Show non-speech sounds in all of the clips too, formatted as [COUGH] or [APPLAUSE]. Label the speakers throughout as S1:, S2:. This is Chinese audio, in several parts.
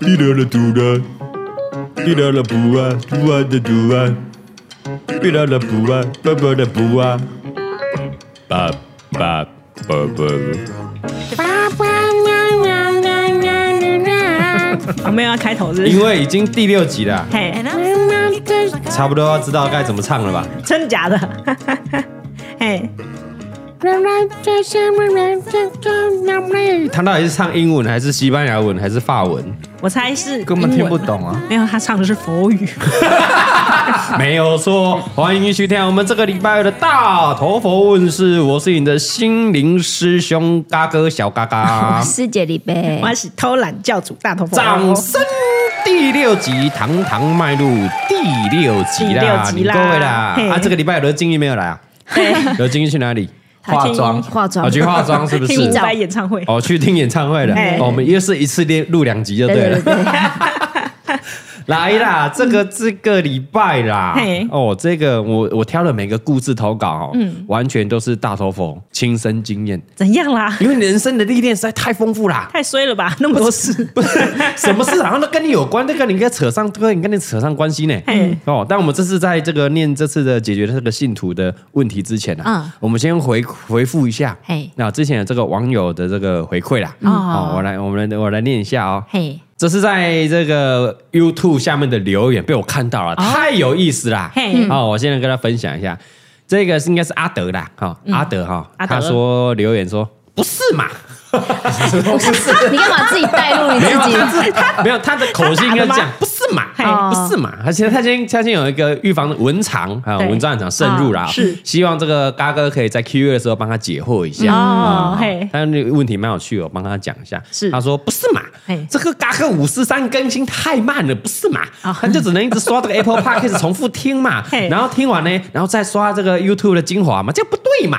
S1: 滴了了嘟啦，滴了了不啊，不啊的嘟啊，滴了了不啊，不不的不啊，爸爸不不，
S2: 我们啊要开头是不
S3: 因
S2: 是？
S3: 为已经第六集了，
S2: [LAUGHS] 嘿，
S3: 差不多要知道该怎么唱了吧？
S2: 真的假的？ [LAUGHS] 嘿，
S3: 他到底是唱英文还是西班牙文还是法文？
S2: 我猜是
S4: 根本听
S2: 英
S4: 不
S2: 文。
S4: 懂啊！
S2: 没有，他唱的是佛语。
S3: 没有错，欢迎收听我们这个礼拜的大头佛问世，我是你的心灵师兄嘎哥小嘎嘎，
S5: 师姐李贝
S2: 我，是偷懒教主大头佛。
S3: 掌声！第六集堂堂迈入第六集啦，
S2: 第六集啦
S3: 你各位啦！
S2: 嘿
S3: 啊，这个礼拜有刘金玉没有来啊？
S2: 对，
S3: 刘金玉去哪里？
S4: 化妆
S5: 化妆
S3: 哦，去化
S2: [LAUGHS]
S3: 妆是不
S2: 听
S3: 是
S2: 伍？佰演唱会。
S3: 哦，去听演唱会了
S2: 嘿。
S3: 哦我们又是一次连录两集就
S5: 对
S3: 对了
S5: 哎对。对，
S3: 来啦，这个这个礼拜啦
S2: 嘿，
S3: 哦，这个我我挑的每个故事投稿哦，
S5: 嗯
S3: 完全都是大头佛亲身经验，
S2: 怎样啦？
S3: 因为人生的历练实在太丰富啦。
S2: 太衰了吧，那么多事。
S3: [LAUGHS] 不是什么事，好像都跟你有关，都跟你跟扯上，都跟你跟你扯上关系呢
S2: 嘿。
S3: 哦，但我们这次在这个念这次的解决这个信徒的问题之前啊
S5: 嗯，
S3: 我们先回回复一下
S5: 嘿，
S3: 那之前的这个网友的这个回馈啦。哦，我来，我们来，我来念一下哦。
S5: 嘿，
S3: 这是在这个 YouTube 下面的留言被我看到了，太有意思啦！
S2: 嘿
S3: 哦，我现在跟他分享一下，这个是应该是阿德啦，哈、阿德哈、
S2: 阿德
S3: 他说留言说不是嘛，
S5: 不是，你干嘛自己带入你
S3: 没有
S5: 自己？
S3: 他 [LAUGHS] 没有他的口气应
S2: 他打的
S3: 该
S2: 吗
S3: 这样，不是嘛，
S2: 嘿
S3: 不是嘛，而且他今天他今天有一个预防文长啊，
S2: 对
S3: 文章长渗入啦，
S2: 啊是
S3: 希望这个嘎哥可以在 Q A 的时候帮他解惑一下。
S2: 哦，嘿，
S3: 他那个问题蛮有趣，我帮他讲一下。
S2: 是哎
S3: 他说不是嘛
S2: 嘿？
S3: 这个嘎克五四三更新太慢了，不是嘛？他就只能一直刷这个 Apple Park 开始重复听嘛
S2: 哦 [LAUGHS] 嘿，
S3: 然后听完呢，然后再刷这个 YouTube 的精华嘛，这样不对嘛？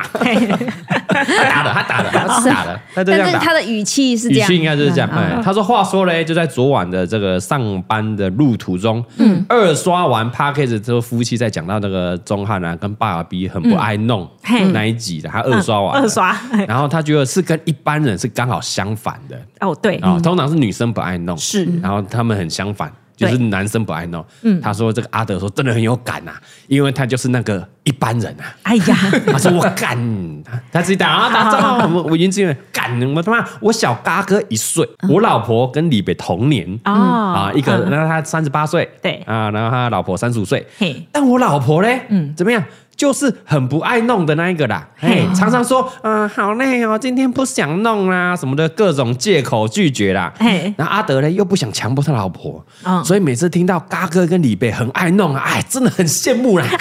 S3: [LAUGHS] 他打的，他打的，他是打的，他就这
S5: 但
S3: 样
S5: 是他
S3: 打。
S5: 的语气是
S3: 语
S5: 这样，
S3: 气应该就是这样。
S5: 嗯
S3: 哎，他说：“话说嘞，就在昨晚的这个上班的路途中，嗯，二刷完 p a c k a g e 之后，夫妻在讲到那个钟汉啊跟爸爸 B 很不爱弄
S2: 嗯嘿嗯
S3: 那一集的，他二刷完了，
S2: 二刷。嘿
S3: 然后他觉得是跟一般人是刚好相反的
S2: 哦，对，
S3: 啊、通常是女生不爱弄，
S2: 是
S3: 然后他们很相反，就
S2: 对嗯
S3: 是男生不爱弄。他说这个阿德说真的很有感呐、因为他就是那个一般人啊。
S2: 哎呀，
S3: 他说我干，他他自己打啊打仗啊，我我云志远干，我他妈我小嘎哥一岁，我老婆跟李北同年。
S2: 嗯哦，
S3: 啊，一个，然后他三十八岁，
S2: 对
S3: 啊，然后他老婆三十五岁，
S2: 嘿，
S3: 但我老婆嘞，嗯，怎么样？就是很不爱弄的那一个啦，嘿，
S2: 哦
S3: 常常说，啊、好累哦，今天不想弄啦、什么的各种借口拒绝啦。
S2: 嘿
S3: 然后阿德呢又不想强迫他老婆，
S2: 嗯
S3: 所以每次听到嘎哥跟李贝很爱弄啊，哎，真的很羡慕啦。
S2: [LAUGHS]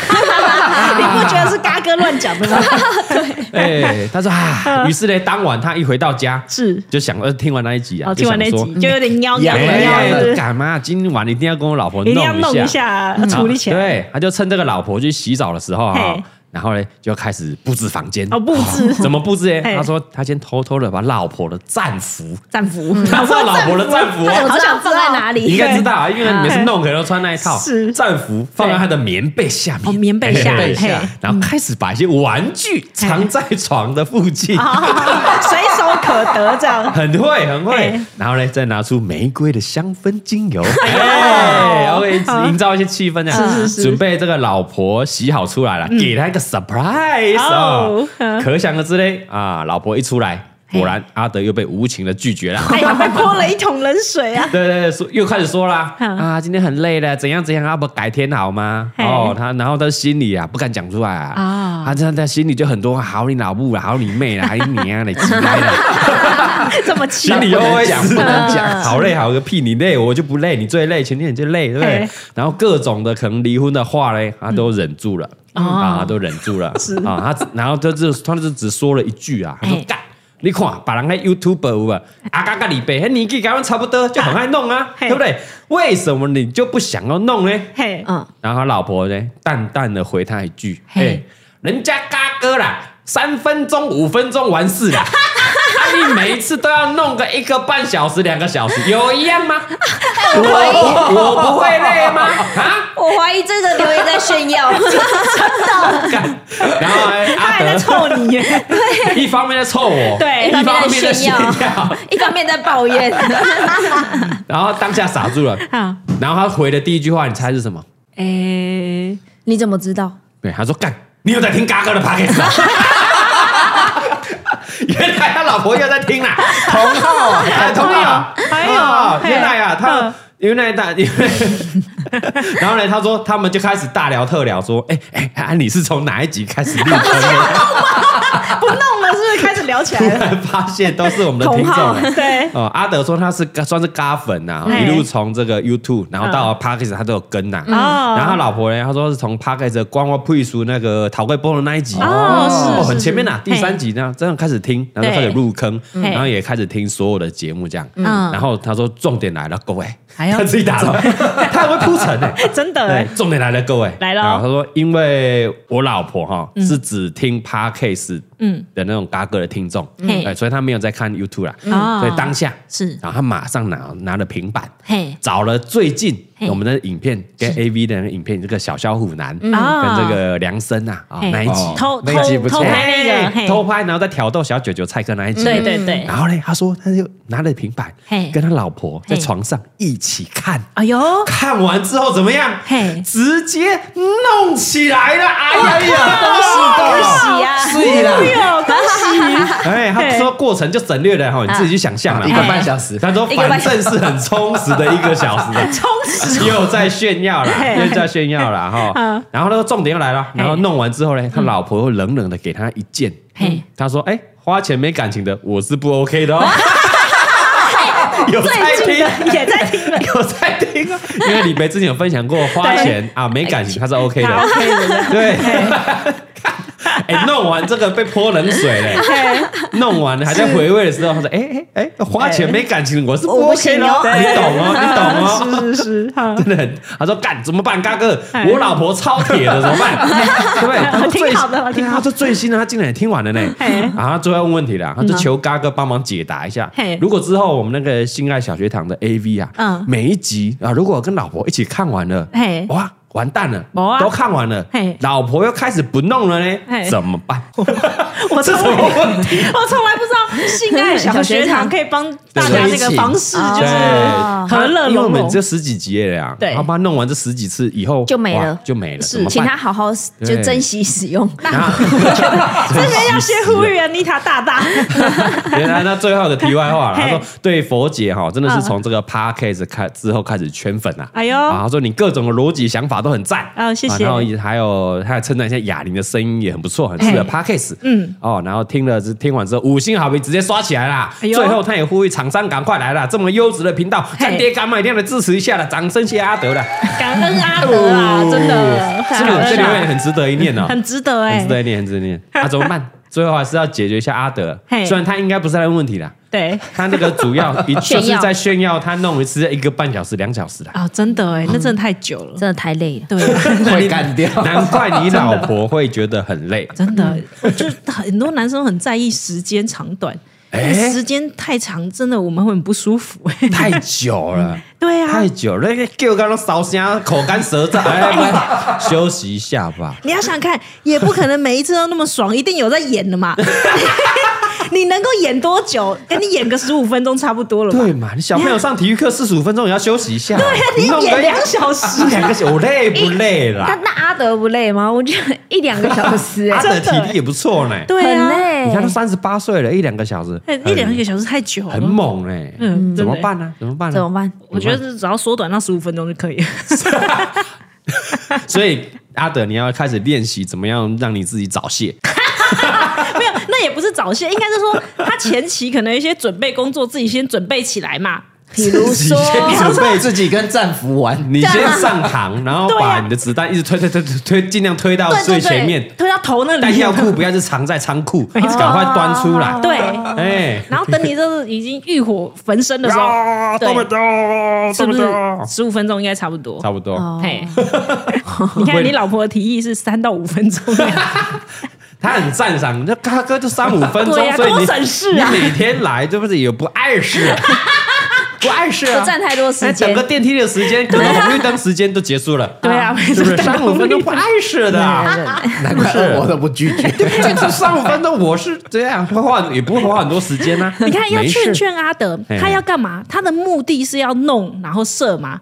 S2: 你不觉得是嘎哥乱讲的吗？
S3: [LAUGHS] 哎，他
S2: 嗯
S3: 说啊，于是呢，当晚他一回到家，
S2: 是
S3: 就想，呃，听完那一集啊，
S2: 哦，
S3: 就
S2: 听
S3: 想
S2: 完那
S3: 说
S2: 集就有点喵喵
S4: 痒了
S2: 喵，
S4: 痒
S2: 是
S4: 了
S2: 不
S3: 哎，
S2: 是
S3: 干嘛？今晚一定要跟我老婆
S2: 一
S3: 弄啊
S2: 定要弄一下，处理起来。
S3: 嗯对，他就趁这个老婆去洗澡的时候啊
S2: 嘿，
S3: 然后呢就开始布置房间。
S2: 哦，布置
S3: [LAUGHS] 怎么布置欸？
S2: 嘿
S3: 他说他先偷偷的把老婆的战服，
S2: 战服，
S3: [LAUGHS] 他知道老婆的战服
S2: [LAUGHS]
S3: 哦，
S5: 我好想放在哪
S3: 你应
S5: 里？
S3: 该知道啊，因为你每次弄可能都穿那一套
S2: 是
S3: 战服，放在他的棉被下面，
S2: 哦棉被下
S3: 嘿
S2: 嘿
S3: 然后开始把一些玩具藏在床的附近。
S2: 哦 [LAUGHS] 随手可得这样。
S3: [LAUGHS] 很会，很会
S2: 嘿。
S3: 然后呢，再拿出玫瑰的香氛精
S2: [LAUGHS]
S3: 油，哎，OK，营造一些气氛啊。
S2: 是是是
S3: 准备这个老婆洗好出来了，给她一个 surprise
S2: 哦
S3: 哦
S2: 嗯，
S3: 可想而知嘞啊，老婆一出来，果然阿德又被无情的拒
S2: [LAUGHS]
S3: 绝了。
S2: 哎呀，被泼了一桶冷水啊！
S3: 对对对，说又开始说啦
S2: 嗯
S3: 啊，今天很累了，怎样怎样，啊不改天好吗？
S2: 嘿
S3: 哦，他然后他心里啊不敢讲出来啊，他这样在心里就很多好你老母啦，好你妹啦，还你娘嘞，鸡掰啦。
S2: 这么
S3: [LAUGHS]
S2: 气
S3: 心，里
S4: 不能
S3: OS
S4: 讲不能讲
S3: 好累好个屁，你累我就不累，你最累，前天你最累，对不对
S2: 嘿？
S3: 然后各种的可能离婚的话嘞，他都忍住了啊，都忍住了啊，他只然后他就他就只说了一句啊，他说
S5: 嘿
S3: 干。你看，把人家 YouTube 有啊，阿嘎嘎里贝，那年纪跟我们差不多，就很爱弄啊，
S2: 嘿
S3: 对不对？为什么你就不想要弄呢？
S2: 嘿，
S5: 嗯，
S3: 然后他老婆呢，淡淡的回他一哎句：“嘿，人家嘎哥啦，三分钟、五分钟完事啦，啊 [LAUGHS] 你每一次都要弄个一个半小时、两个小时，有一样吗？
S5: 我怀疑，
S3: [LAUGHS] 我我不会累吗？啊！ [LAUGHS]
S5: 我怀疑这个留言在炫耀，
S3: 干然后哎
S2: 他
S3: 阿
S2: 还在
S3: 德
S2: 臭你耶， [LAUGHS]
S3: 一方面在臭我，
S2: 对
S3: 一方面在炫
S5: 一方面在
S3: 耀，
S5: 一方面在抱怨。
S3: 然后当下傻住了。
S2: 好，
S3: 然后他回的第一句话，你猜是什么？
S2: 诶，
S5: 你怎么知道？
S3: 对，他说干，你有在听嘎哥的 p o c a s t [LAUGHS] 原来他老婆又在听啦，同号啊，哎 [LAUGHS] 同号啊，
S2: 还有
S3: 哦
S2: 嘿
S3: 原来啊，他
S2: 嗯
S3: 原来大，因为 [LAUGHS] 然后呢，他说他们就开始大聊特聊，说，哎哎，啊你是从哪一集开始入
S2: [LAUGHS]
S3: 坑的？
S2: 不弄了，是不是开始聊起
S3: 突
S2: 来
S3: [LAUGHS]
S2: 了？
S3: 然发现都是我们的
S2: 同
S3: 听众
S2: 号
S3: 啊。
S2: 对，
S3: 哦，阿德说他是算是嘎粉呐、
S2: 嘿嗯
S3: 一路从这个 YouTube，然后到 Parkes 他都有跟呐、
S2: 哦
S3: 然后他老婆呢，他说是从 Parkes 光花配书那个陶贵波的那一集
S2: 哦是是
S3: 很
S2: 是
S3: 前面呐、第三集呢，真的开始听，然后就开始入坑，
S2: 嗯
S3: 然后也开始听所有的节目这样。
S5: 嗯
S3: 然后他说重点来了，各位，
S4: 还要
S3: 他自己打
S2: [LAUGHS]
S3: 了，他很会铺陈欸呢、
S2: 真
S3: 对
S4: [LAUGHS]
S2: 的，，
S3: [LAUGHS] 重点来了，各位
S2: 来咯
S3: 然后他说，因为我老婆哈、
S4: 嗯
S3: 是只听 Parkes 嗯的那种嘎哥的听众，
S5: 嗯
S3: 哎，所以他没有在看 YouTube 啦。
S4: 哦
S3: 所以当下
S4: 是
S3: 然后他马上拿拿了平板，
S4: 嘿，
S3: 找了最近
S4: 嘿
S3: 我们的影片跟 A V 的那个影片，这个小小虎男跟
S2: 啊
S3: 这个梁生啊啊
S4: 嗯嘿
S3: 那一集
S1: 哦
S4: 偷
S1: 那一集不
S4: 偷
S1: 错
S4: 偷拍那个，
S3: 嘿
S4: 嘿，
S3: 偷拍，然后再挑逗小九九蔡哥那一集。
S4: 对对对，
S3: 然后呢，他说他就拿了平板
S4: 嘿，
S3: 跟他老婆在
S4: 嘿
S3: 床上一起看。
S2: [LAUGHS]
S4: 哎呦，
S3: 看完之后怎么样？
S4: 嘿
S3: 直接弄起来了！哎呀，
S5: 恭喜恭喜啊！
S1: 对啦，
S2: 哟，恭喜，
S3: 哎，他说过程就省略了哈，你自己去想象了。
S1: 一个半小时，
S3: 他说
S5: 一个
S3: 反
S5: 半小
S3: 正是很充实的一个小时，
S5: [LAUGHS]
S2: 充实，
S3: 又在炫耀啦，
S2: 嘿
S3: 又在炫耀啦哈
S2: 嗯。
S3: 然后那个重点又来了，然后弄完之后呢，他老婆又冷冷的给他一剑
S4: 嘿，
S3: 他说：“哎，花钱没感情的，我是不 OK [LAUGHS] 的哦。”有在
S2: 最近
S3: 听。
S2: 的也
S3: [LAUGHS]
S2: 在听了，
S3: 有在听啊，因为李梅之前有分享过花钱啊没感情，他是 OK 的
S2: 他 OK 的，
S3: 对， [LAUGHS] 哎，弄完这个被泼冷水嘞，
S2: 对，
S3: 弄完了还在回味的时候，他说：“哎哎哎，花钱没感情，我是
S5: 我
S3: 不
S5: 不
S3: OK
S5: 行
S3: 的
S5: 哦
S3: 哦，你懂哦，你懂哦。”
S2: [LAUGHS] 是是是，好，
S3: [LAUGHS] 真的很，他说干怎么办，嘎哥，
S2: 哎
S3: 我老婆超铁的，怎
S2: [LAUGHS]
S3: 么办？对不对？他说最
S2: 挺好的
S3: 对
S2: 挺好
S3: 啊
S2: 的哎
S3: 他说最新的，他竟然也听完了呢
S2: 嘿。
S3: 然后他最后问问题了，他就求嘎哥帮忙解答一下
S2: 嗯嘿。
S3: 如果之后我们那个性爱小学堂的 AV 啊，
S4: 嗯
S3: 每一集啊，如果跟老婆一起看完了
S4: 嘿，
S3: 哇。完蛋了
S2: 没，啊
S3: 都看完了
S2: 嘿，
S3: 老婆又开始不弄了呢
S2: 嘿，
S3: 怎么办？
S2: 我
S3: 这
S2: 从
S3: 什么问题？
S2: [LAUGHS] 我从来不知道性爱小学
S3: [LAUGHS]
S2: 堂可以帮大家那个方式，
S5: 对
S2: 就是
S3: 对
S2: 和乐
S3: 因为我
S2: 融
S3: 们
S2: 融
S3: 这。十几集了呀，
S2: 对
S3: 他把它弄完这十几次以后
S5: 就没了
S3: 哇就没了，怎
S5: 是
S3: 么，办
S5: 请他好好就珍惜使用。
S3: 然后
S2: 这边要先呼吁安啊妮塔大
S3: [LAUGHS]
S2: 大，
S3: 原来那最后的题外话了，
S2: 嘿嗯
S3: 他说对佛姐哈，真的是从这个 podcast 开之后开始圈粉啊。
S2: 哎呦，
S3: 啊，他说你各种的逻辑想法都很赞，
S2: 哦谢谢
S3: 啊然后也还有还有称赞一下哑铃的声音也很不错，很适合
S2: 嘿
S3: podcast。
S2: 嗯，
S3: 哦，然后听了听完之后五星好评直接刷起来啦。
S2: 哎呦
S3: 最后他也呼吁厂商赶快来啦，这么优质的频道，干爹干妈一定要来支持一下了，掌声谢谢
S2: [LAUGHS]
S3: 阿德了，
S2: 感恩阿德啊，
S3: 哦
S2: 真的，
S3: 是不是？这留言很值得一念哦，
S2: 很值得
S3: 很
S2: 哎
S3: 值，得一念，很值得一念。啊，怎么办？最后还是要解决一下阿德，
S2: 嘿
S3: 虽然他应该不是来问问题啦。
S2: 对，
S3: 他那个主要一就
S5: 炫
S3: 是
S5: 耀
S3: 在炫耀他弄一次一个半小时、两小时的。
S2: 啊，真的哎，那真的
S3: 嗯
S2: 太久了，
S5: 真的太累了，
S2: 对，。
S1: 会干掉。
S3: 难怪你老婆会觉得很累
S2: [LAUGHS] 哦 [LAUGHS] 真的，我就很多男生很在意时间长短，
S3: 哎
S2: 时间太长，真的我们会很不舒服。欸
S3: 太久了，
S2: [LAUGHS] 对啊
S3: 太，久了，那个叫刚刚烧香，口干舌燥，
S2: [LAUGHS]
S3: 哎，
S2: 啊
S3: 不然休息一下吧。
S2: 你要想看，也不可能每一次都那么爽，一定有在演的嘛。
S3: [LAUGHS]
S2: 你能够演多久？跟你演个十五分钟差不多了吧
S3: 对？嘛，你小朋友上体育课四十五分钟也要休息一下。对，
S2: 啊你演两小时
S3: [LAUGHS] 两个小时，我累不累
S5: 但
S2: [LAUGHS]
S3: 啦？
S5: 那阿德不累吗？我觉得一两个小时，
S3: 他
S5: [LAUGHS] 哎，
S3: 的体力也不错呢。
S2: 啊对
S5: 很
S2: 啊，哎
S5: 累
S3: 你看都。三十八岁了，一两个小时，
S2: 一两个小时太久
S3: 很
S2: 了。
S3: 猛嘞。
S2: 嗯
S3: 怎么
S2: 真的
S3: 办呢？怎么办呢？
S5: 怎么办？
S2: 我觉得只要缩短到十五分钟就可以了。
S3: 所以阿德，你要开始练习怎么样让你自己早泄。
S2: 没有，那也不是早泄，应该是说他前期可能有一些准备工作，自己先准备起来嘛。
S5: 比如说，
S3: 你先准备
S1: 自己跟战俘玩，
S3: 你先上膛，然后把你的子弹一直推推推推推，尽量推到
S5: 对对
S3: 最
S5: 对
S3: 前面。
S2: 推到头那里。
S3: 弹药库不要是藏在仓库，赶快端出来。
S2: 对，
S3: 哎，
S2: 然后等你就是已经欲火焚
S1: [LAUGHS]
S2: 身的时候，
S3: 啊
S2: 对
S3: 动不动，
S2: 是
S3: 动
S2: 不
S3: 不
S2: 是
S3: 动，
S2: 十五分钟应该差不多？
S3: 差不多。 [LAUGHS]
S5: 哦
S3: [LAUGHS]
S2: 嘿，你看你老婆的提议是三到五分钟，
S3: 他很赞赏，那他哥就三五分钟，
S2: 对呀
S3: 所以
S2: 多
S3: 你
S2: 省事啊
S3: 你每天来对不对？也不碍事，啊不碍事啊，
S5: 不占太多时间
S3: 哎等个电梯的时间，可能红绿灯时间都结束了，
S2: 对啊，没
S3: 是
S2: 错
S3: 不是？三五分钟不碍事的啊，
S4: 难怪恶魔都不拒绝。
S3: 就是三五分钟，我是这样会花，也不会花很多时间啊。
S2: [LAUGHS] 你看，要
S3: 没事
S2: 劝劝阿德
S3: 嘿，
S2: 他要干嘛？他的目的是要弄，然后射嘛？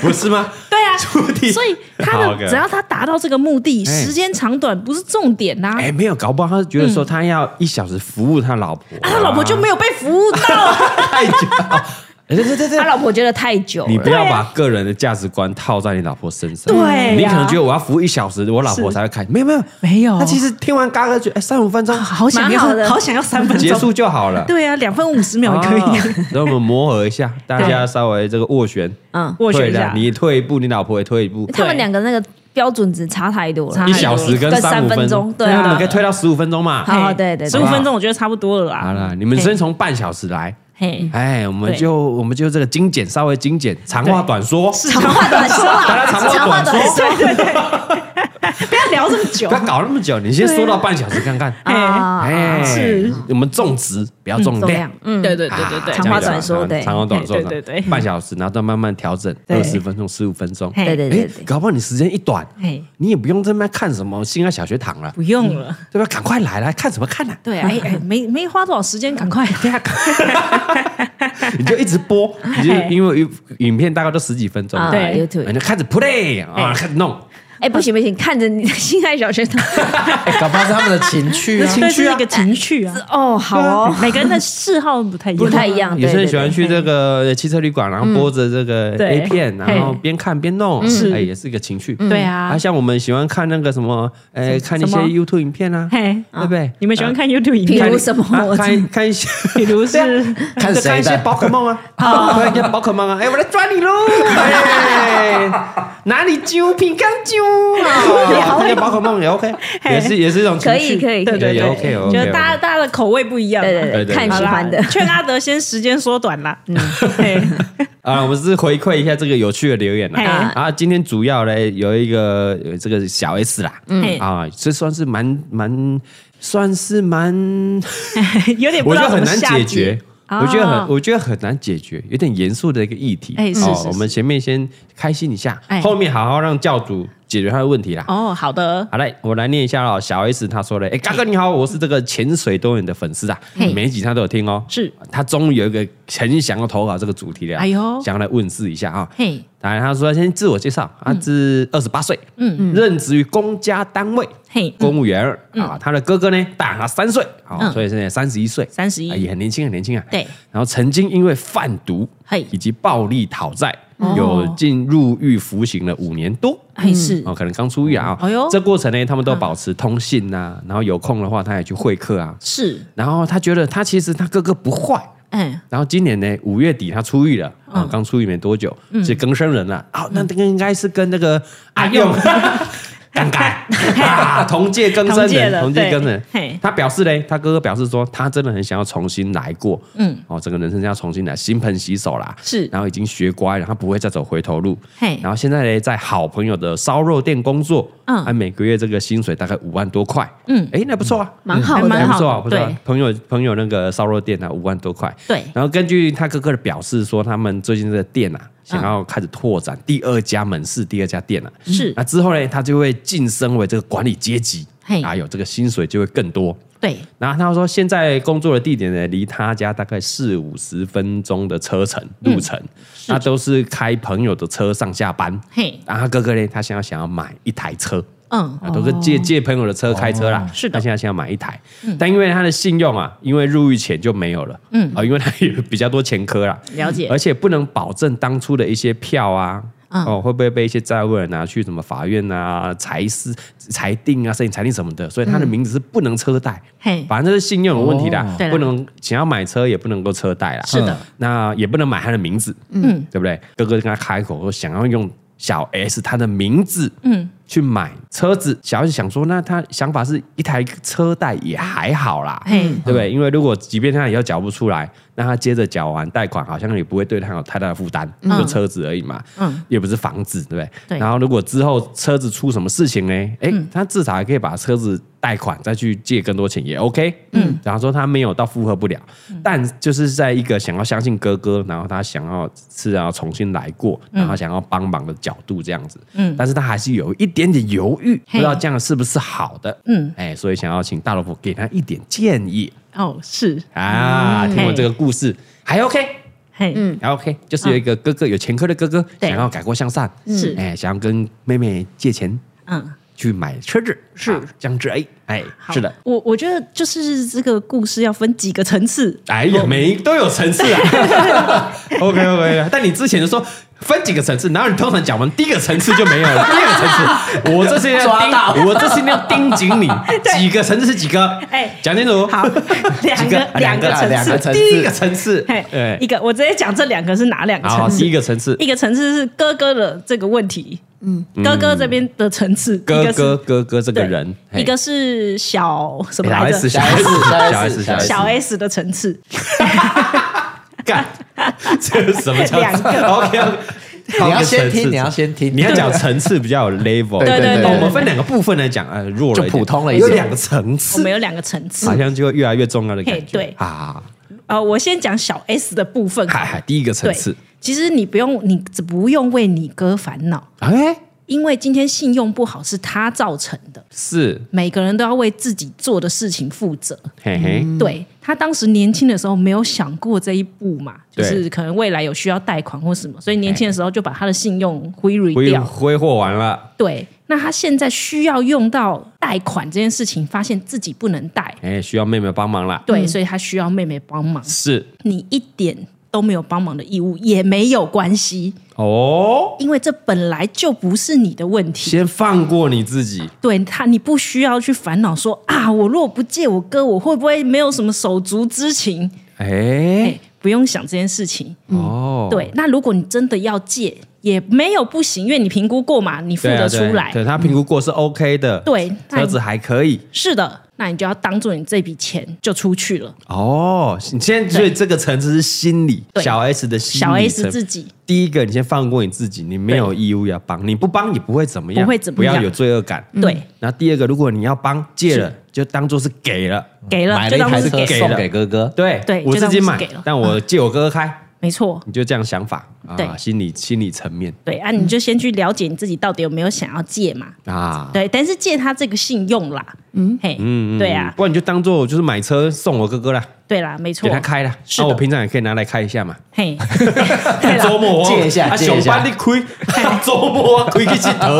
S3: 不是吗？
S2: 对啊，
S3: 目
S2: [LAUGHS]
S3: 的
S2: 所以他
S3: 好
S2: 的
S3: ，OK
S2: 只要他达到这个目的，
S3: 哎
S2: 时间长短不是重点啊呐。
S3: 哎，没有，搞不好他是觉得说他要一小时服务他老婆，
S2: 啊，他老婆就
S3: [LAUGHS]
S2: 没有被服务到，啊 [LAUGHS]
S3: 太久。哦哎对对对对
S5: 他，老婆觉得太久
S3: 你
S5: 了，
S3: 不要
S2: 啊
S3: 把个人的价值观套在你老婆身上。
S2: 对呀啊
S3: 你可能觉得我要服务一小时，我老婆才会开心。没有没有
S2: 没有
S3: 他其实听完嘎哥觉得哎，三五分钟
S2: [LAUGHS] 好想
S5: 蛮
S2: 要
S5: 好，的
S2: 好想要三分
S3: 结
S2: 钟。
S3: 束就好了。
S2: 对啊，两分五十秒也可
S3: 啊
S2: 以。
S3: 让我们磨合一下，大家稍微这个斡旋，
S5: 嗯，
S2: 我选
S3: 对
S2: 一
S3: 的
S2: 下，，
S3: 你退一步，你老婆也退一步。
S5: 他们两个那个标准值差太多
S2: 差
S5: 了，
S3: 一小时跟
S5: 跟
S3: 三
S5: 三
S3: 五分
S5: 分钟，对
S3: 那我们
S5: 啊
S3: 可以，推到十五分钟嘛。
S2: [LAUGHS]
S5: 好，对对
S2: 十
S5: 对
S2: 五，分钟我觉得差不多了
S3: 啊好
S2: 啦。
S3: 了，你们先从半小时来，
S2: 嘿，
S3: 哎，我们
S2: 对
S3: 就我们就这个精简，稍微精简，长话短说，
S5: 长话短说
S3: 大
S5: 啊，
S3: 家长
S5: 长
S3: 话
S5: 话
S3: 短
S5: 短
S3: 说
S5: 说
S2: 不要聊这么久 [LAUGHS]
S3: 不。要搞那么久，你先说到半小时看看。
S2: 嘿，
S5: 啊，
S3: 哎，
S2: 是
S3: 我们重质，不要重
S5: 重
S3: 量啊
S5: 量。，嗯，
S2: 对对对对对，
S5: 长话短说对
S3: 长话短说，
S2: 对对对
S3: 半小时，然后再慢慢调整，
S2: 对
S3: 二十分钟、十五分钟，
S2: 嘿
S5: 对对对
S3: 哎
S5: 对，，
S3: 搞不好你时间一短
S2: 嘿，
S3: 你也不用在那边看什么新爱小学堂了，
S2: 不用了。
S3: 对吧？赶快来来看什么看啊？
S2: 对啊，哎哎，没没花多少时间，赶
S3: [LAUGHS]
S2: 快。
S3: 对啊， [LAUGHS] 你就一直播，你就
S2: 嘿
S3: 因为影片大概都十几分钟，
S5: 啊
S2: 对
S5: ，YouTube，
S3: 你就开始 play 啊，开始弄，
S5: 哎，不行不行，看着你的心爱小学 [LAUGHS] 堂，
S4: 搞不好是他们的情趣
S2: 这
S4: 啊。
S2: 情绪啊，一个情绪 [LAUGHS] 啊，
S5: 哦，好哦，
S2: 每个人的嗜好不太一样，
S5: 不太一样，
S3: 有些
S5: 对
S3: 人
S5: 对
S3: 喜欢去这个汽车旅馆，然后播着这个
S2: 嗯对嗯
S3: A 片，然后边看边弄，
S2: 是
S3: 哎，也是一个情趣。
S2: 对啊
S3: 啊，，像我们喜欢看那个什么，哎，看一些
S2: 什么
S3: YouTube 影片啊，
S2: 嘿，
S3: 对不对？
S2: 你们喜欢看 YouTube 影
S5: 比
S2: 片
S5: 如？什么
S3: 啊
S5: 我知
S3: 看看一些，
S2: 比如是
S4: 看谁的
S3: 看一些宝可
S5: [LAUGHS]
S3: 梦啊，
S5: 哦
S3: 看一些宝可梦啊，哎，我来抓你喽！哎，哪里揪？平冈揪
S5: [LAUGHS]
S3: 啊！看一些宝可梦也 OK，也是也是一种情
S5: 可
S3: 趣，
S5: 以可以可
S2: 对
S5: 以，
S2: 对
S3: 也
S2: 对
S3: OK
S2: 就
S3: OK，
S2: 是大家大家的口味不一样嘛。啊
S5: 对
S3: 对
S5: 对
S3: 对
S5: 对，看
S3: 对
S5: 喜欢的
S2: 好啦，劝阿德先时间缩短啦。
S3: [LAUGHS]
S2: 嗯，
S3: 啊，我们是回馈一下这个有趣的留言
S2: 嘿
S3: 啦。啊，今天主要嘞有一个有这个小 S 啦，
S2: 嗯
S3: 啊，这算是蛮蛮算是蛮，
S2: [LAUGHS] 有点不
S3: 我
S2: 知道
S3: 觉得
S2: 怎
S3: 很
S2: 么
S3: 难
S2: 下
S3: 解
S2: 集
S3: 决。。我觉得很，我觉得很难解决，有点严肃的一个议题。
S2: 哎是是是
S3: 我们前面先开心一下，
S2: 哎
S3: 后面好好让教主解决他的问题啦。
S2: 哦，好的，
S3: 好嘞，我来念一下哦。小 S 她说嘞，哎，嘎哥你好，我是这个潜水多年的粉丝啊，每一集他都有听哦。
S2: 是，
S3: 他终于有一个很想要投稿这个主题了，
S2: 哎呦
S3: 想要来问世一下啊。
S2: 嘿，嗯
S3: 当然，他说先自我介绍，他是二十八岁，嗯，任职于公家单位，
S2: 嘿
S3: 公务员啊。他的哥哥呢大他三岁，啊，
S2: 嗯
S3: 所以现在三十一岁，
S2: 31
S3: 啊也很年轻，很年轻啊。
S2: 对，
S3: 然后曾经因为贩毒
S2: 嘿
S3: 以及暴力讨债，
S2: 哦
S3: 有进入狱服刑了五年多。
S5: 嗯
S2: 还是
S3: 哦，可能刚出狱啊、哦，
S2: 哎呦嗯
S3: 这过程呢，他们都保持通信呐、然后有空的话，他也去会客啊。
S2: 是，
S3: 然后他觉得他其实他哥哥不坏，
S2: 嗯，
S3: 然后今年呢，五月底他出狱了，啊、刚出狱没多久，
S2: 嗯
S3: 是更生人了。哦，那这个应该是跟那个阿用。 [LAUGHS]
S2: [LAUGHS]
S3: 尴尬啊！同届更生
S2: 同届
S3: 人，
S2: 了
S3: 同届更
S2: 对
S3: 人
S2: 嘿。
S3: 他表示嘞，他哥哥表示说，他真的很想要重新来过，嗯
S2: 嗯，
S3: 哦，整个人生要重新来，新盆洗手啦，
S2: 是
S3: 然后已经学乖了，他不会再走回头路，
S2: 嘿
S3: 然后现在嘞，在好朋友的烧肉店工作，嗯，
S2: 嗯
S3: 他每个月这个薪水大概五万多块，嗯，哎，那不错啊，
S5: 蛮好
S2: 还
S5: 的
S2: 蛮
S3: 还不
S2: 好
S3: 错啊，
S2: 的
S3: 不错啊
S2: 对。
S3: 朋友朋友那个烧肉店啊，五万多块。
S2: 对
S3: 然后根据他哥哥的表示说，他们最近这个店
S2: 嗯
S3: 啊，想要开始拓展第二家门市，第二家店啊。
S5: 嗯
S2: 是
S3: 那之后呢，他就会晋升为这个管理阶级，
S2: 嘿
S3: 啊，有这个薪水就会更多。
S2: 对，
S3: 然后他说，现在工作的地点呢，离他家大概四五十分钟的车程
S2: 嗯
S3: 路程，那都是开朋友的车上下班。
S2: 嘿，
S3: 然后他哥哥呢，他现在想要买一台车，
S2: 嗯，
S3: 啊，都是借借朋友的车开车啦。
S2: 是的嗯
S3: 他现在想要买一台，但因为他的信用啊，因为入狱前就没有了，嗯， [LAUGHS] 啊，因为他有比较多前科啦，
S2: 了解
S3: 而且不能保证当初的一些票啊。
S2: 嗯
S3: 哦，会不会被一些债务人拿去什么法院啊、裁司、裁定啊、申请裁定什么的？所以
S2: 嗯
S3: 他的名字是不能车贷，
S2: 嘿
S3: 反正就是信用有问题啦，啊
S4: 哦
S2: 对啦
S3: 不能想要买车也不能够车贷啦。是
S4: 的，
S3: 那也不能买他的名字，嗯，对不对？哥哥就跟他开口说想要用小 S 他的名字，嗯，去买车子，小孩子想说，那他想法是一台车贷也还好啦，
S2: 嘿，
S5: 嗯
S3: 对不对？因为如果即便他以后缴不出来，那他接着缴完贷款，好像也不会对他有太大的负担，就车子而已嘛，
S2: 嗯
S3: 也不是房子，对不对？
S2: 对
S3: 然后如果之后车子出什么事情呢？哎，他至少还可以把车子贷款再去借更多钱，也 OK。嗯，然后说他没有到负荷不了，
S2: 嗯
S3: 但就是在一个想要相信哥哥，然后他想要是要重新来过，
S2: 嗯
S3: 然后想要帮忙的角度这样子。嗯，但是他还是有一点点犹豫，不知道这样是不是好的。嗯，哎，所以想要请大萝卜给他一点建议。
S2: 哦，是，
S3: 啊，
S2: 嗯
S3: 听我这个故事还 OK，
S2: 嘿，嗯，
S3: 还 OK，就是有一个哥哥有前科的哥哥，
S2: 对
S3: 想要改过向善，
S2: 是
S3: 哎，想要跟妹妹借钱
S2: 嗯，
S3: 去买车子，
S2: 是
S3: 啊这样子，哎哎，
S2: 好
S3: 是的，，
S2: 我我觉得就是这个故事要分几个层次，
S3: 哎呀，每都有层次啊
S2: [LAUGHS]
S3: ，OK OK，但你之前就说。分几个层次，然后你通常讲完第一个层次就没有了。第二个层
S2: [LAUGHS]
S3: 次，我这是要
S4: 抓到
S3: 盯，我这是要盯紧你几个层次是几个？
S2: 哎
S3: 讲清楚。 [LAUGHS]
S2: 好，两
S3: 几个
S2: 个两个
S4: 啊两
S2: 层
S4: 个
S2: 次，
S4: 层
S3: 第一个
S4: 次，
S3: 层次，哎
S2: 嘿，一个我直接讲这两个是哪两个
S3: 好，
S2: 层次
S3: 第一，个层次，
S2: 一个层次是哥哥的这个问题，嗯，哥哥这边的层次，一
S3: 哥
S2: 个是
S3: 哥哥哥这个
S2: 对
S3: 人，嘿哎
S2: 一个是小什么
S3: 小
S2: 来
S3: S
S2: 着？
S3: 小 S 小
S4: 小
S3: S
S4: S，
S3: 小 S
S2: 小 S 的层次， [LAUGHS]
S3: 干，这是什么叫
S2: 两个
S3: OK？
S4: 你要先听，你要先听，
S3: 你要讲层次比较有 level，
S4: 对
S2: 对对对
S3: 哦
S2: 对
S3: 我们分两个部分来讲，呃，弱了一点
S4: 就普通了一
S3: 有
S4: 点
S3: 两个层
S2: 我
S3: 次
S2: 们，有两个层次
S3: 好。像就会越来越重要的感觉，
S2: 嘿对
S3: 啊，
S2: 呃，我先讲小 S 的部分好
S3: 嗨
S2: 了。
S3: 嗨，第一个层
S2: 对
S3: 次，，
S2: 其实你不用，你只不用为你哥烦恼，
S3: 哎，
S2: 因为今天信用不好是他造成的。
S3: 是，
S2: 每个人都要为自己做的事情负责。
S3: 嘿嘿，
S2: 对他当时年轻的时候没有想过这一步嘛，就
S3: 对哎
S2: 是可能未来有需要贷款或什么，所以年轻的时候就把他的信用挥霍
S3: 挥
S2: 掉。
S3: 挥霍完了，
S2: 对，那他现在需要用到贷款这件事情，发现自己不能贷，
S3: 哎，需要妹妹帮忙了，
S2: 对，所以他需要妹妹帮忙。
S3: 是，
S2: 你一点都没有帮忙的义务也没有关系，
S3: 哦，
S2: 因为这本来就不是你的问题。
S3: 先放过你自己，
S2: 对他，你不需要去烦恼说啊，我如果不借我哥，我会不会没有什么手足之情？
S3: 哎
S2: 哎，，不用想这件事情。
S3: 哦，
S2: 对，那如果你真的要借，也没有不行，因为你评估过嘛，你付
S3: 对啊，
S2: 得出
S3: 对
S2: 来。嗯
S3: 对他评估过是 OK 的，
S2: 对那你
S3: 车子还可以，
S2: 是的，那你就要当做你这笔钱就出去了。
S3: 哦，你现在所以这个层次是心理，
S2: 对
S3: 小 S 的心理
S2: 小 S
S3: 层
S2: 自己
S3: 第一个，你先放过你自己，你没有义务要帮，你不帮也不会怎么样，
S2: 不会怎么样嗯
S3: 不要有罪恶感。
S2: 对
S3: 然后第二个，如果你要帮借了，就当做是给了，
S2: 给了，
S4: 买了
S2: 就
S4: 一
S2: 当
S4: 台
S2: 做是
S4: 车
S2: 给
S3: 给
S2: 了，
S4: 送给哥哥，
S3: 对，
S2: 对
S3: 我自己
S2: 就当做
S3: 买
S2: 是给了，
S3: 但我借我哥哥开，
S2: 没错。
S3: 你就这样想法啊，
S2: 对
S3: 心理心理层面
S2: 对啊，
S5: 嗯
S2: 你就先去了解你自己到底有没有想要借嘛。
S3: 啊，
S2: 对，但是借他这个信用啦，嗯，嘿，嗯，对啊，
S3: 不然你就当做就是买车送我哥哥啦，
S2: 对啦，没错，
S3: 给他开啦，
S2: 是
S3: 那
S2: 的
S3: 我平常也可以拿来开一下嘛。
S2: 嘿，对啦
S3: [LAUGHS] 周末我
S4: 借一下
S3: 啊，
S4: 借一
S3: 上
S4: 下
S3: 班你开， [LAUGHS] 周末我开去佚佗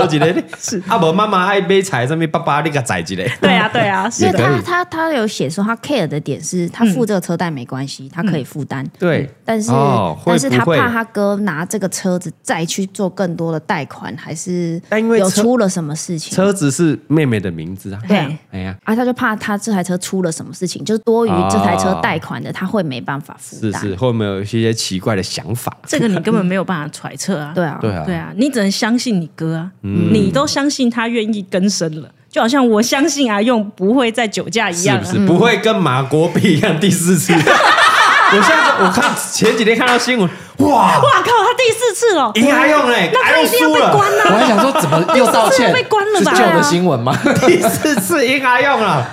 S3: 一下。
S4: [LAUGHS]
S3: 是，啊无妈妈爱买菜，上面爸爸你甲载一下。
S2: 对啊，对
S5: [LAUGHS]
S2: 啊，是
S5: 因为
S2: 的，
S5: 他他他有写说，他 care 的点是他付这个车贷没关系，他可以负担。
S3: 对
S5: 但是、
S3: 哦会
S5: 但是他
S3: 不会
S5: 怕他哥拿这个车子再去做更多的贷款，还是
S3: 但因为
S5: 有
S3: 车
S5: 出了什么事情？
S3: 车子是妹妹的名字啊。
S5: 对啊，
S3: 哎呀，
S5: 啊，他就怕他这台车出了什么事情，就是多于这台车贷款的，他会没办法负
S3: 是
S5: 担。
S2: 啊
S3: 是，会不会有一些奇怪的想法？
S2: 这个你根本没有办法揣测啊，
S5: [LAUGHS] 对啊，
S3: 啊
S2: 哦对啊，你只能相信你哥啊，你都相信他愿意更生了，就好像我相信阿用不会再酒驾一
S3: 是
S2: 样
S3: 不
S2: 啊，
S3: 是不会跟马国碧一样第四
S2: [LAUGHS]
S3: 次？我现在我看前几天看到新闻，哇，
S2: 哇靠，他第四次了，
S3: 赢还用嘞，
S2: 那
S3: 还
S2: 他
S3: 用
S2: 一定要
S3: 哎输
S2: 被
S3: 了，
S2: 关
S4: 我
S2: 啊，
S4: 还想说怎么又
S2: [LAUGHS]
S4: 道歉，
S2: 这被关了吧啊
S4: 是旧的新闻 [LAUGHS] 吗？
S3: [LAUGHS] 第四次赢还用
S2: [LAUGHS]
S3: 了。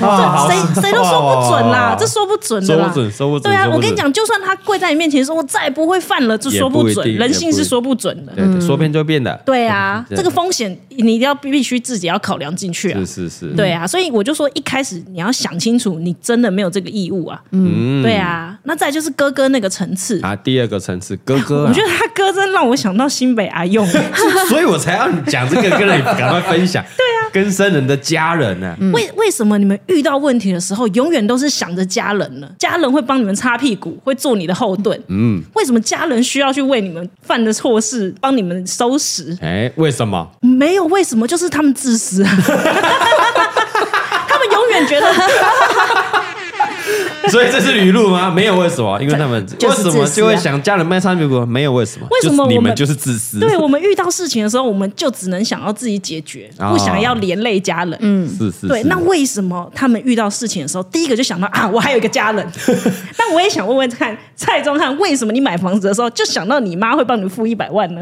S3: 啊
S2: 谁谁都说不准啦，这说不准的啦，
S3: 说不准说不准
S2: 对啊，
S3: 说不
S2: 我
S3: 准
S2: 跟你讲，就算他跪在你面前说“我再也不会犯了”，这说
S3: 也不
S2: 准
S3: 一，定
S2: 人性是说不准的。
S3: 对对说变就变嗯的，
S2: 对啊，
S3: 对
S2: 这个风险你一定要必须自己要考量进去啊
S3: 是。是是，
S2: 对啊，所以我就说一开始你要想清楚，你真的没有这个义务啊。
S3: 嗯
S2: 对啊，那再就是哥哥那个层次，
S3: 啊，第二个层次，哥哥啊，
S2: 我觉得他哥真让我想到新北阿
S3: [LAUGHS]
S2: 用。
S3: 所以我才要你讲这个，跟你赶快分享。对啊，跟生人的家人呢、
S2: 为为什么你们遇到问题的时候，永远都是想着家人呢？家人会帮你们擦屁股，会做你的后盾。嗯，为什么家人需要去为你们犯的错事帮你们收拾？
S3: 哎，为什么？
S2: 没有为什么，就是他们自私啊。他们永远觉得，
S3: 所以这是语录吗？没有为什么，因为他们
S5: 就
S3: 为
S5: 是
S3: 什
S5: 自私啊
S3: 么就会想家人卖产品股？没有为什么，
S2: 为什么
S3: 就是你
S2: 我
S3: 们
S2: 们
S3: 就是自私？
S2: 对我们遇到事情的时候，我们就只能想要自己解决，
S3: 啊
S2: 不想要连累家人。
S5: 嗯，
S3: 是是
S2: 对，
S3: 是
S2: 那为什么他们遇到事情的时候，第一个就想到
S3: [LAUGHS]
S2: 啊，我还有一个家人？但我也想问问看，蔡宗翰，为什么你买房子的时候就想到你妈会帮你付一百万
S3: [LAUGHS]
S2: 呢？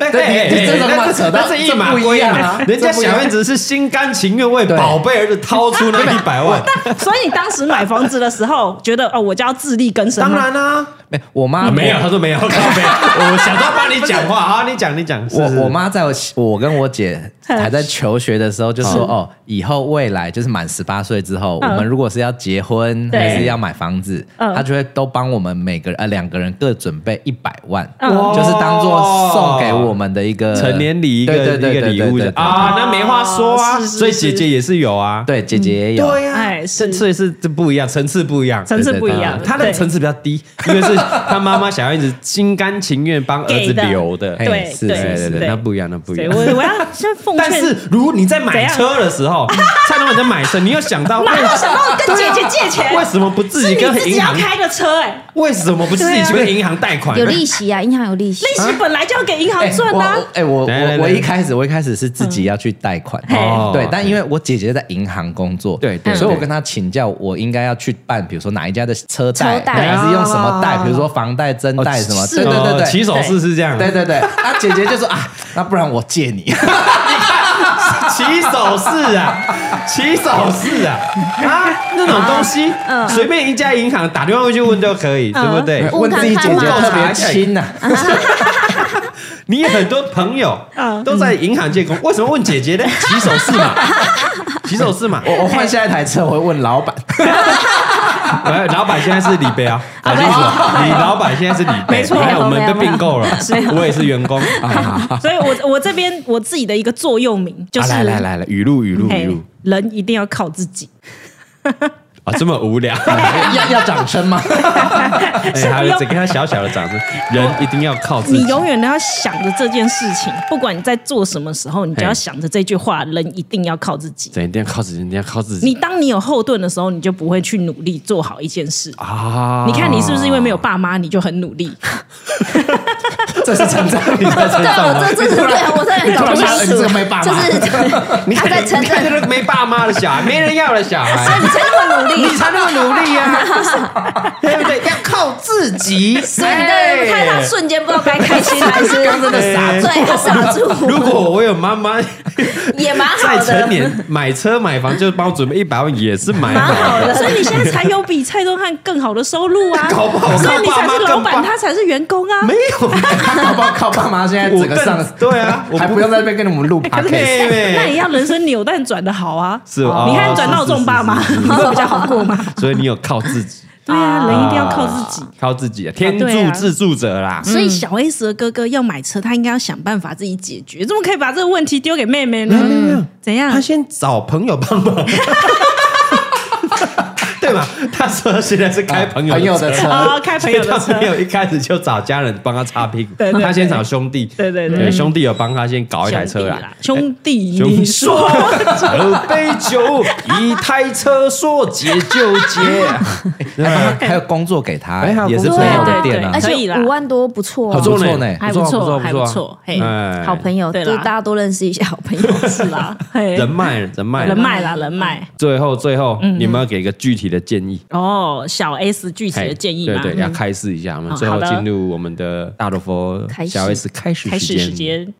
S3: 哎
S4: 对
S3: 哎
S4: 你
S3: 哎
S4: 你这种
S3: 那
S4: 蛮扯的
S3: 那是一码
S4: 这不一样啊
S3: 归人家
S4: 这不一样
S3: 小燕子是心甘情愿为
S4: 对
S3: 宝贝儿子掏出那一百万，
S2: 所以你当时买房子的时候，觉得哦，我就要自力更生吗。
S3: 当然啦，
S4: 没，我妈
S3: 啊没有，他说没有，靠没有，我想到帮你讲话，好，你讲你讲，是
S4: 我
S3: 是
S4: 我妈在我我跟我姐
S2: 嗯
S4: 还在求学的时候就说哦，以后未来就是满十八岁之后，我
S2: 嗯
S4: 们如果是要结婚
S2: 对
S4: 还是要买房子，
S2: 嗯
S4: 她就会都帮我们每个人呃两个人各准备一百万，
S2: 嗯哇
S4: 就是当做送给我们的一个
S3: 成年礼一个
S4: 对呃对
S3: 一
S4: 对
S3: 个
S4: 对
S3: 礼
S4: 对
S3: 物
S4: 对
S3: 的
S4: 对哦
S3: 啊，那没话说啊，
S2: 是是是
S3: 所以姐姐也是有啊，
S4: 对姐姐也有，
S3: 对呀，
S2: 哎
S3: 是
S2: 是
S3: 所以是这不一样，层次不一样，
S2: 层次不一样
S3: 对对对对他的
S2: 对
S3: 层次比较低，因为是他妈妈想要一直心甘情愿帮儿
S2: 给
S3: 子
S2: 的
S3: 留的，
S4: 嘿
S2: 对
S4: 是
S2: 对
S3: 对对对，
S2: 对
S3: 那不一样，那不一
S2: 对
S3: 样
S2: 我。我要先奉劝，
S3: 但是如果你在买车的时候，蔡老板在买车，你有想
S2: [LAUGHS]
S3: 到为哎
S2: 哪有想到跟姐姐借钱？
S3: 为什么不啊自己
S2: 是
S3: 跟
S2: 你自己
S3: 银
S2: 要
S3: 行？
S2: 开的车哎、
S3: 为什么不自己去
S4: 对啊
S3: 跟银行贷款呢？
S5: 有利息啊，银行有利
S3: [LAUGHS]
S5: 息。
S2: 利息本来就要给银行
S4: 哎
S2: 赚啊
S4: 我
S2: 呐、
S4: 我哎我
S3: 来来来
S4: 我我一开始我一开始是自己要去贷款，
S2: 嗯
S3: 哦
S4: 对，但因为我姐姐在银行工作，
S3: 对对
S4: 所以
S3: 对
S4: 我跟她请教，我应该要去办，比如说哪一家的车贷，
S5: 车贷
S4: 还是用什么贷，
S3: 啊
S4: 比如说房贷、增贷什么，
S3: 哦
S4: 对对对
S3: 哦
S4: 对，
S3: 起手式是这样，
S4: 对对对，啊，姐姐就说啊，那不然我借你，
S3: 起手
S5: [LAUGHS]
S3: 式啊，起手式啊，啊，那种东西，随便一家银行打电话过去问就可以，对不对？
S5: 嗯
S4: 问自己姐姐特别亲呐，
S3: 你很多朋友
S2: 嗯
S3: 都在银行借工，为什么问姐姐呢？起手
S5: [LAUGHS]
S3: 式嘛，起手式嘛。
S4: 我我换下一台车，我会问
S3: [LAUGHS]
S4: 老板，
S3: 哎，老板现在是李
S5: [LAUGHS]
S3: 贝啊，搞清楚，李老板现在是李贝，
S5: 没错
S3: 哎我们
S5: 没
S3: 被
S5: 有没有
S3: 并购了，我也是员工。啊
S2: 所以我我这边我自己的一个座右铭就是，
S3: 啊来来来来，语录语录
S2: 嘿
S3: 语录
S2: 人一定要靠自己，
S3: 啊，这么无
S5: [LAUGHS]
S3: 聊。
S4: 要要掌声吗？
S3: 哎，还有只给他小小的掌声，人一定要靠自己。
S2: 你永远都要想着这件事情，不管你在做什么时候，你就要
S3: 嘿
S2: 想着这句话：人一定要靠自己。
S3: 人一定要靠自己，一定要靠自己。
S2: 你当你有后盾的时候，你就不会去努力做好一件事。
S3: 啊
S2: 你看，你是不是因为没有爸妈，你就很努
S3: [LAUGHS]
S2: 力？
S4: 这是称赞你的
S5: 对，我这这是对啊，我真的很搞不清楚，
S4: 你这个没办法
S5: 就是
S3: [LAUGHS]
S5: 对他在称
S3: 你看
S5: 赞，
S3: 这个没爸妈的小孩，没人要的小
S5: 所以 [LAUGHS]
S3: 孩，
S5: 你才那么努力，
S3: 你才那么努力啊，对不对？要靠自己。
S5: 所以你在看他瞬间不知道该开心还是刚真
S3: 的傻住
S5: 对他傻住，
S3: 如果我有妈妈
S5: 也蛮好
S3: 在
S5: 的，
S3: 成年买车买房，就帮我准备一百万，也是买
S5: 蛮
S3: 好
S5: 好
S3: 的。
S5: 的，
S2: 所以你现在才有比蔡宗翰更好的收入啊！
S3: [LAUGHS] 搞不好
S2: 所以你
S3: 靠爸
S2: 才
S3: 妈
S2: 是老
S3: 更棒
S2: 板，他才是员工啊！
S3: 没有，
S4: 靠爸靠爸妈现在整个
S3: 我
S4: 上
S3: 更对啊我不
S4: [LAUGHS] 还不用在那边跟我们录 podcast，
S2: [LAUGHS] [LAUGHS]
S3: 对
S2: 那也要人生扭蛋转的好啊！
S3: 欸是哦
S2: 你看转到这种爸妈，
S3: 是是
S2: [LAUGHS]
S3: 是啊
S2: 你会比较好过
S3: [LAUGHS]
S2: 吗？
S3: 所以你有靠自己，
S2: 对啊，人一定要靠自己。，
S3: 靠自己，天
S2: 对
S3: 助
S2: 啊
S3: 自助者啦。
S2: 所以小 S 的哥哥要买车，他应该要想办法自己解决，怎么可以把这个问题丢给妹妹呢？怎样
S3: 他？先找朋友帮忙，对吧？他说现在是开朋友
S4: 朋友的
S3: 车
S4: 车
S2: 啊，开朋友的
S3: 所以
S2: 车
S3: 他，没有一开始就找家人帮他擦屁股，
S2: 对对对
S3: 他先找兄弟，
S2: [LAUGHS] 对对对
S3: 对，兄弟有帮他先搞一台车来。
S2: 兄弟啦，兄
S3: 哎兄
S2: 弟，你说
S3: 二杯酒，一台车，说结就结。
S4: [LAUGHS] 还还有工作给他
S3: 啊哎还有，
S4: 也是
S5: 工
S4: 朋
S5: 作
S4: 友
S5: 对
S4: 的
S5: 对
S4: 店
S2: 对
S4: 啊
S5: 而。
S2: 可以
S5: 且
S2: 啦
S5: 五万多不错
S4: 不
S5: 哦，
S4: 错呢
S2: 还不错，
S3: 还
S2: 还
S3: 不
S2: 不
S3: 错
S2: 错，嘿，
S3: 哎
S5: 好朋友，
S2: 对
S5: 就
S2: 啦
S5: 大家多认识一下好朋友，
S2: 是 [LAUGHS] 啦，嘿，
S3: 人脉，人脉，
S2: 哎人脉嗯啦，人脉。
S3: 最后，最后，你们要给一个具体的建议，
S2: 哦，小 S 具体
S3: 嘿
S2: 的建议
S3: 对
S2: 嘛，
S3: 哎对，要开示一下。我们
S2: 哦
S3: 最后
S2: 好的
S3: 进入我们的大萝佛
S5: 开始
S3: 小 S 开始
S2: 开始时
S3: 时间。
S2: 间。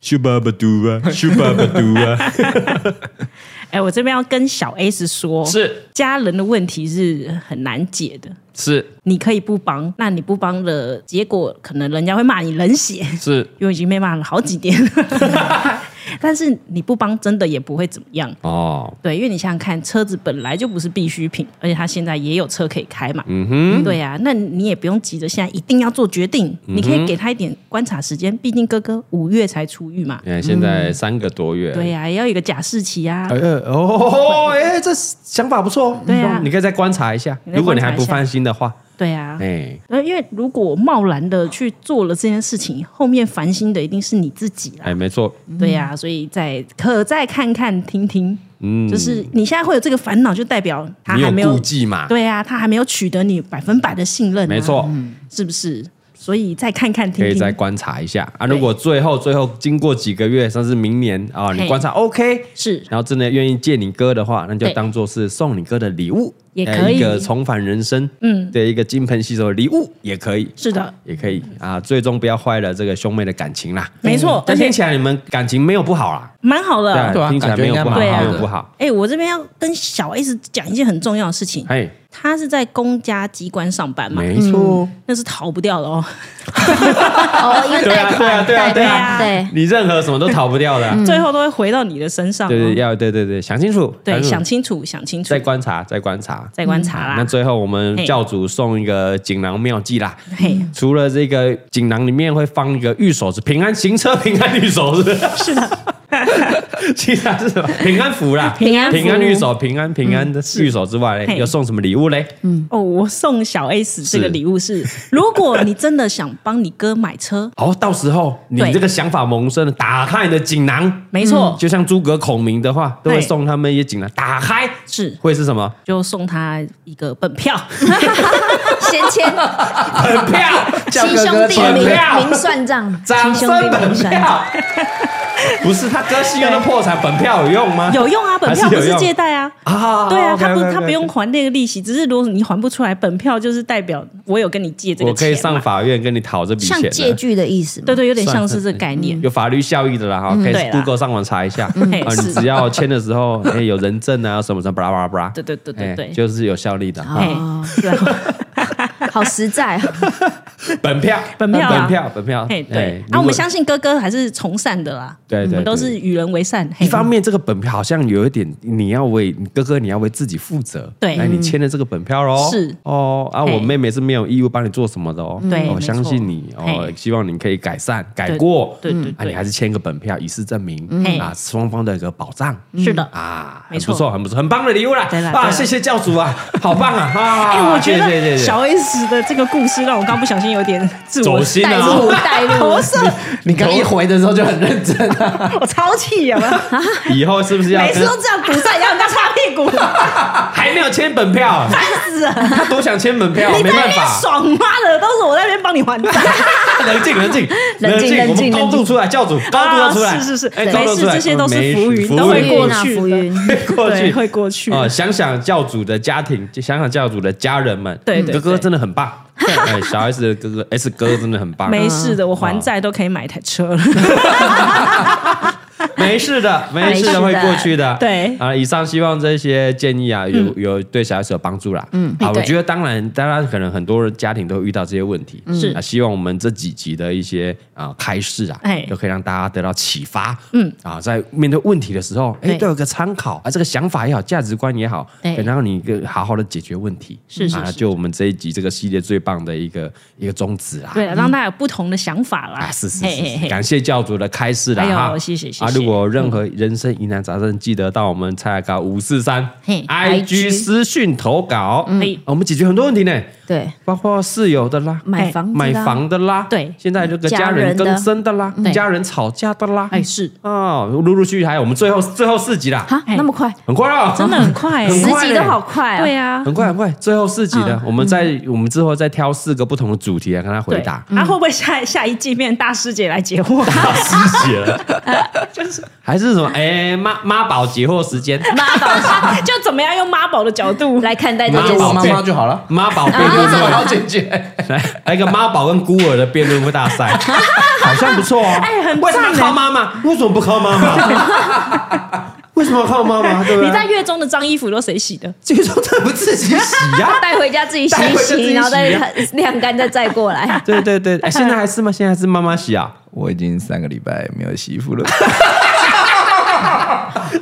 S1: 咻巴巴嘟啊，
S2: [LAUGHS]
S1: 咻巴巴嘟啊，
S2: 哎，我这边要跟小 S 说，
S3: 是
S2: 家人的问题是很难解的。
S3: 是
S2: 你可以不帮，那你不帮了，结果可能人家会骂你冷血，
S3: 是
S2: 因为我已经被骂了好几年 [LAUGHS] 了。但是你不帮，真的也不会怎么样。
S3: 哦，
S2: 对，因为你想想看，车子本来就不是必需品，而且他现在也有车可以开嘛。
S3: 嗯哼，嗯
S2: 对呀、那你也不用急着现在一定要做决定，你可以给他一点观察时间，毕竟哥哥五月才出狱嘛。
S3: 因为现在三个多月，
S2: 对呀、也要有一个假释期啊
S3: 哎。呃哦，哎，这想法不错，
S2: 对啊
S3: 你可以再观察一下。
S2: 你再观察一下
S3: 如果你还不放心的话，
S2: 对啊，
S3: 哎，
S2: 呃，因为如果贸然的去做了这件事情，后面烦心的一定是你自己啊啦。
S3: 哎，没错，
S2: 对呀、所以再可再看看听听，嗯，就是你现在会有这个烦恼，就代表他
S3: 你
S2: 还没有
S3: 顾忌嘛？
S2: 对呀、他还没有取得你百分百的信任、啊，
S3: 没错，
S2: 是不是？所以再看看
S3: 可
S2: 听
S3: 以再
S2: 听，
S3: 观察一下啊。如果最后最后经过几个月，甚至明年啊，你
S2: 嘿
S3: 观察 OK，
S2: 是
S3: 然后真的愿意借你歌的话，那就
S2: 对
S3: 当做是送你歌的礼物，
S2: 也
S3: 哎
S2: 可以
S3: 一个重返人生，嗯，的一个金盆洗手的礼物也可以，
S2: 是的，
S3: 也可以啊。最终不要坏了这个兄妹的感情啦。
S2: 没错，而
S3: 但
S2: 且
S3: 听起来你们感情没有不好啦，
S2: 蛮好的。
S3: 啊
S4: 对啊
S3: 听起来没有不
S2: 感觉
S3: 好，没
S2: 应该蛮好的
S3: 有不好。
S2: 哎、我这边要跟小 S 讲一件很重要的事情，
S3: 哎，
S2: 他是在公家机关上班嘛，
S3: 没错，
S2: 那是逃不掉的哦。
S5: 哦，因为
S3: 对啊
S5: 贷款，
S3: 对
S5: 贷
S3: 啊对啊对
S2: 啊
S5: 款，对，
S3: 你任何什么都逃不掉的啊。
S2: 最后都会回到你的身上、哦。
S3: [LAUGHS] 对对，要对对对，想清楚，
S2: 对，想
S3: 楚
S2: 清楚，想清楚
S3: 再，观察，再观察。
S2: 再观察
S3: 嗯那
S2: 啦。
S3: 最后我们
S2: 嘿
S3: 教主送一个锦囊妙计啦，
S2: 嘿，
S3: 除了这个锦囊里面会放一个玉手是平安行车平安玉手是不是？
S2: 是的，
S3: [LAUGHS] 其他是什么？平安符啦，
S2: [LAUGHS] 平安符嗯
S3: 平安玉手平安平安的玉手之外嘞，
S2: 嘿
S3: 要送什么礼物嘞？
S2: 哦，我送小 S 这个
S3: 是
S2: 礼物是，如果你真的想帮你哥买车，
S3: 哦，到时候你
S2: 对
S3: 这个想法萌生了，打开你的锦囊，
S2: 没错，
S3: 就像诸葛孔明的话，都会
S2: 对
S3: 送他们一些锦囊，打开
S2: 是
S3: 会是什么？
S2: 就送他一个本票，
S3: [LAUGHS]
S5: 先签
S3: 本票，
S4: 叫
S5: 亲
S4: 哥
S5: 兄
S4: 哥
S5: 弟
S3: 签
S5: 明
S3: 票
S5: 明算账，
S3: 掌
S5: 亲
S3: 声
S5: 兄弟
S3: 本
S5: 明算账。
S3: 票。 [LAUGHS] 不是他哥信用都破产，本票有用吗？
S2: 有用啊，本
S3: 还是
S2: 票不
S3: 有
S2: 是
S3: 用
S2: 借贷啊。
S3: 啊
S2: 对啊，
S3: OK，
S2: 他不
S3: OK，OK，
S2: 他不用还那个利息，只是如果你还不出来，本票就是代表我有跟你借这个
S3: 我可以
S2: 钱嘛
S3: 上法院跟你讨这笔
S5: 像
S3: 钱
S5: 借
S3: 的，
S5: 据的意思嘛，
S2: 对对，有点像是这个概念。
S3: 有法律效益的啦哈，可
S2: 嗯对
S3: 以
S2: 啦
S3: Google 上网查一下啊，
S2: 嗯
S3: 你
S2: 是
S3: 只要签的时候， [LAUGHS] 哎，有人证啊，什么什么，巴拉巴拉巴拉，
S2: 对对对对
S3: 哎
S2: 对，
S3: 就是有效力的哈。
S5: 哦，
S2: 对啊，
S3: [LAUGHS]
S5: 好实在
S2: [LAUGHS]
S5: 啊，
S3: 本票，
S2: 本票啊
S3: 本票，本票，
S2: 嘿，
S3: 哎
S2: 对啊，
S3: 如，果
S2: 我们相信哥哥还是从善的啦，
S3: 对对
S2: 我们都
S3: 对
S2: 是与人为善，嘿
S3: 一方面，这个本票好像有一点，你要为你哥哥，你要为自己负责。
S2: 对嗯
S3: 那你签了这个本票喽。
S2: 是
S3: 哦，啊，
S2: 嘿
S3: 我妹妹是没有义务帮你做什么的哦。
S2: 对
S3: 我
S2: 没错
S3: 相信你哦
S2: 嘿，
S3: 希望你可以改善、改过。
S2: 对对对
S3: 啊，
S2: 对
S3: 你还是签个本票以示证明
S2: 嘿
S3: 啊，双方的一个保障。
S2: 是的。
S3: 啊，
S2: 没
S3: 很不
S2: 错
S3: 错，很不错，很棒的礼物啦
S2: 对！啦对
S3: 啊，
S2: 啦
S3: 谢谢教主
S2: [LAUGHS]
S3: 啊，好棒啊！
S2: 哎、
S3: 啊，
S2: 我觉
S3: 对对对
S2: 得
S3: 对
S2: 小 S 的这个故事让我刚不小心有点自
S3: 走
S2: 我
S3: 心
S5: 带
S3: 啊，
S5: 入带入
S2: 投，射，
S4: 你刚一回的时候就很认真啊，
S2: [LAUGHS] 我超气呀！
S3: 以后是不是要
S2: 每次
S3: 跟
S2: 都这样鼓掌，让人家擦屁
S3: [LAUGHS]
S2: 股，
S3: 还没有签本票？
S2: 烦死了！
S3: 他多想签本票，
S2: 你
S3: 没
S2: 在那
S3: 办
S2: 边
S3: 法。
S2: 爽妈的，都是我在那边帮你还债。
S3: 冷静，冷静，
S5: 冷静
S3: 我
S5: 冷
S3: 们
S5: 静
S3: 高度出来，教主高度要出来，
S2: 啊是是是
S3: 哎，高
S2: 没
S3: 度
S2: 事
S3: 出来
S2: 这些都是
S3: 没事
S2: 浮云
S3: 浮
S2: 都会过
S5: 啊
S2: 去的
S5: 浮云，
S3: [LAUGHS] 过去
S2: 对会过去
S3: 哦，想想教主的家庭，想想教主的家人们，
S2: 对对
S3: 哥哥
S2: 对
S3: 真的
S2: [LAUGHS]
S3: 很棒，哎，小 S 的哥哥 S 哥真的很棒，
S2: 没事的，我还债都可以买台车了。
S3: 没事
S2: [LAUGHS]
S3: 的，没事
S5: 没事
S3: 的
S5: 的
S3: 会过去的。
S2: 对嗯
S3: 啊，以上希望这些建议啊，有有对小孩子有帮助啦。嗯，啊，我
S5: 对
S3: 觉得当然，当然可能很多人家庭都会遇到这些问题，
S2: 嗯是
S3: 啊，希望我们这几集的一些啊开示啊
S2: 哎，
S3: 都可以让大家得到启发。嗯，啊，在面对问题的时候，哎，
S2: 对
S3: 都有个参考啊，这个想法也好，价值观也好，
S2: 对
S3: 可以让你一个好好的解决问题。
S2: 是是
S3: 啊，
S2: 是
S3: 就我们这一集这个系列最棒的一个一个宗旨啊。
S2: 对了，让大家有不同的想法啦。
S3: 啊，是是
S2: 嘿
S3: 是
S2: 嘿
S3: 是，
S2: 嘿
S3: 感谢教主的开示啦
S2: 哎呦
S3: 哈，
S2: 谢谢谢
S3: 啊！
S2: 谢
S3: 如果有任何人生疑难杂症，记得到我们蔡雅高五四三
S5: 嘿
S3: IG
S5: IG
S3: 私讯投稿，
S2: 嗯
S3: 啊我们解决很多问题呢，
S5: 对，
S3: 包括室友的啦。
S5: 买房子
S3: 买
S5: 啦
S3: 房的啦，
S2: 对
S3: 现在这个家
S5: 家
S3: 人
S5: 人的
S3: 更生的啦，
S5: 对
S3: 家人吵架的啦，
S2: 哎是，
S3: 啊，陆陆续续还有我们最后最后四集啦，
S5: 啊，
S2: 哎
S5: 那么快，
S3: 很快哦，
S2: 真的很快、
S3: [LAUGHS]
S2: 嗯
S3: 很
S5: 十
S3: 快
S5: 集
S3: 嘞
S5: 都好快啊，
S2: 哎对啊，
S3: 很快很快，最后四集的，我们在我们之后再挑四个不同的主题来跟他回
S2: 对，
S3: 答，
S2: 啊，会不会下下一季变大师姐来解
S3: [LAUGHS]
S2: 惑？
S3: 失血了，还是什么？哎，妈妈宝解惑时间，
S5: 妈宝
S2: [LAUGHS] 就怎么样用妈宝的角度
S5: 来看待这
S3: 妈
S5: 件
S3: 宝
S5: 事
S3: 贝
S5: 情
S4: 妈。妈就好了，
S3: 妈宝辩
S4: 有
S3: 论
S4: 什么
S3: 会，
S4: 好解决？
S3: 来来一个妈宝跟孤儿的辩论会大赛， [LAUGHS] 好像不错哦。
S2: 哎很
S3: 为什么要
S2: 赞
S3: 靠
S2: 哎
S3: 妈妈？为什么不靠妈妈？为什么要靠妈妈？对不啊
S2: 你在
S3: 对？
S2: 月中的脏衣服都谁洗的？
S3: 最终这不自己洗呀、
S5: 带回家自己洗
S3: 带回
S5: 一
S3: 家自己洗
S5: 洗，
S3: 啊。
S5: 然后再晾干，再再过来
S3: [LAUGHS] 对对对，哎，现在还是 [LAUGHS] 吗？现在还是妈妈洗啊？
S4: 我已经三个礼拜没有洗衣服了，
S3: [LAUGHS]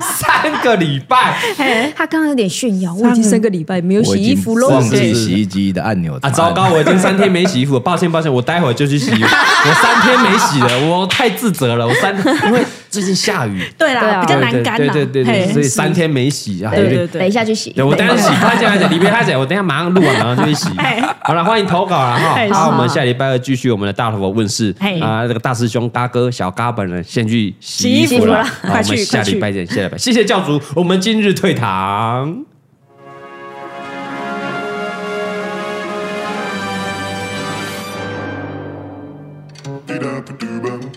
S3: 三个礼拜
S2: 哎
S5: 他刚刚有点炫耀，我已经三个礼拜没有洗衣服喽
S4: 我已。经忘记洗衣机的按钮
S3: 啊！糟糕，，我已经三天没洗衣服 [LAUGHS] 了，抱歉抱歉，我待会儿就去洗衣服。我三天没洗了，我太自责了。我三因为最近下雨，
S2: 对
S5: 对
S2: 啦，
S5: 啊
S2: 比较难干
S3: 对
S2: 啦。
S3: 对对对，
S2: 嘿
S3: 所以三天没洗啊，
S2: 对
S3: 有点
S2: 对对
S5: 等一下去洗。
S3: 对，我等一
S2: [LAUGHS]
S3: 下洗，快点来讲，你别太讲，我等一下马上录完，然后就去洗
S2: 哎。
S3: 好了，欢迎投稿了哈。
S2: 哎
S3: 那
S5: 是
S3: 我们下礼拜二继续我们的大头佛问世
S2: 哎
S3: 啊，那个大师兄嘎哥小嘎本人先去洗衣
S2: 洗衣
S3: 服
S2: 服
S3: 了。
S2: 了
S3: 好我
S2: 快
S3: 们
S2: 去
S3: 下
S2: 快去
S3: 礼拜见，下礼拜谢谢教主，我们今日退堂。
S6: Dee-da-ba-doo-bum.